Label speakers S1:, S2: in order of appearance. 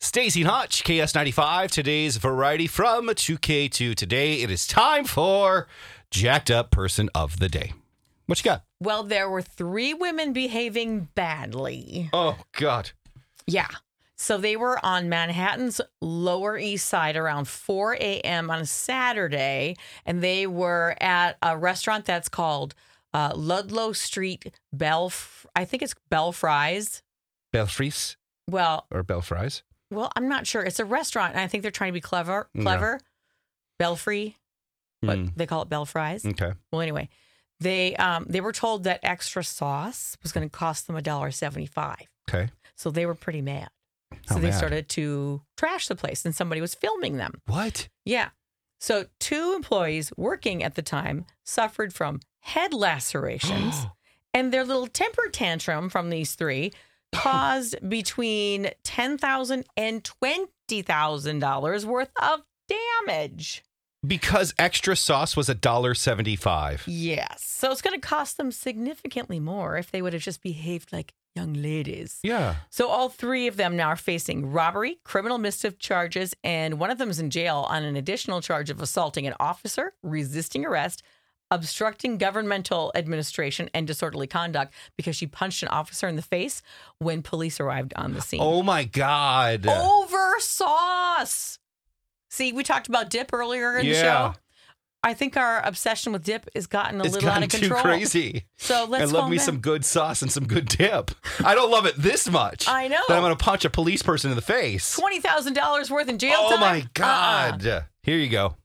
S1: Stacey Hutch, KS95, today's variety from 2K2. Today it is time for Jacked Up Person of the Day. What you got?
S2: Well, there were three women behaving badly.
S1: Oh, God.
S2: Yeah. So they were on Manhattan's Lower East Side around 4 a.m. on a Saturday, and they were at a restaurant that's called uh, Ludlow Street Bell. I think it's Bell Fries.
S1: Belfries
S2: Well,
S1: or Belfries?
S2: well, I'm not sure. It's a restaurant, and I think they're trying to be clever.
S1: Yeah.
S2: Clever, Belfry, but
S1: Mm,
S2: they call it Bell Fries.
S1: okay.
S2: Well, anyway, they um, they were told that extra sauce was going to cost them a dollar seventy five.
S1: Okay.
S2: So they were pretty mad. So
S1: How
S2: they
S1: mad?
S2: started to trash the place and somebody was filming them.
S1: What?
S2: Yeah. So two employees working at the time suffered from head lacerations and their little temper tantrum from these three caused between $10,000 and $20,000 worth of damage.
S1: Because extra sauce was a dollar seventy-five.
S2: Yes. So it's going to cost them significantly more if they would have just behaved like young ladies.
S1: Yeah.
S2: So all three of them now are facing robbery, criminal mischief charges, and one of them is in jail on an additional charge of assaulting an officer, resisting arrest, obstructing governmental administration, and disorderly conduct because she punched an officer in the face when police arrived on the scene.
S1: Oh my God.
S2: Over sauce. See, we talked about dip earlier in
S1: Yeah.
S2: the show. I think our obsession with dip has gotten a
S1: it's
S2: little out
S1: gotten
S2: of control.
S1: too crazy.
S2: So
S1: I
S2: let's
S1: love
S2: calm
S1: me
S2: down.
S1: some good sauce and some good dip. I don't love it this much.
S2: I know.
S1: That I'm going to punch a police person in the face.
S2: twenty thousand dollars worth in jail
S1: Oh
S2: time.
S1: my
S2: Uh-uh.
S1: God. Here you go.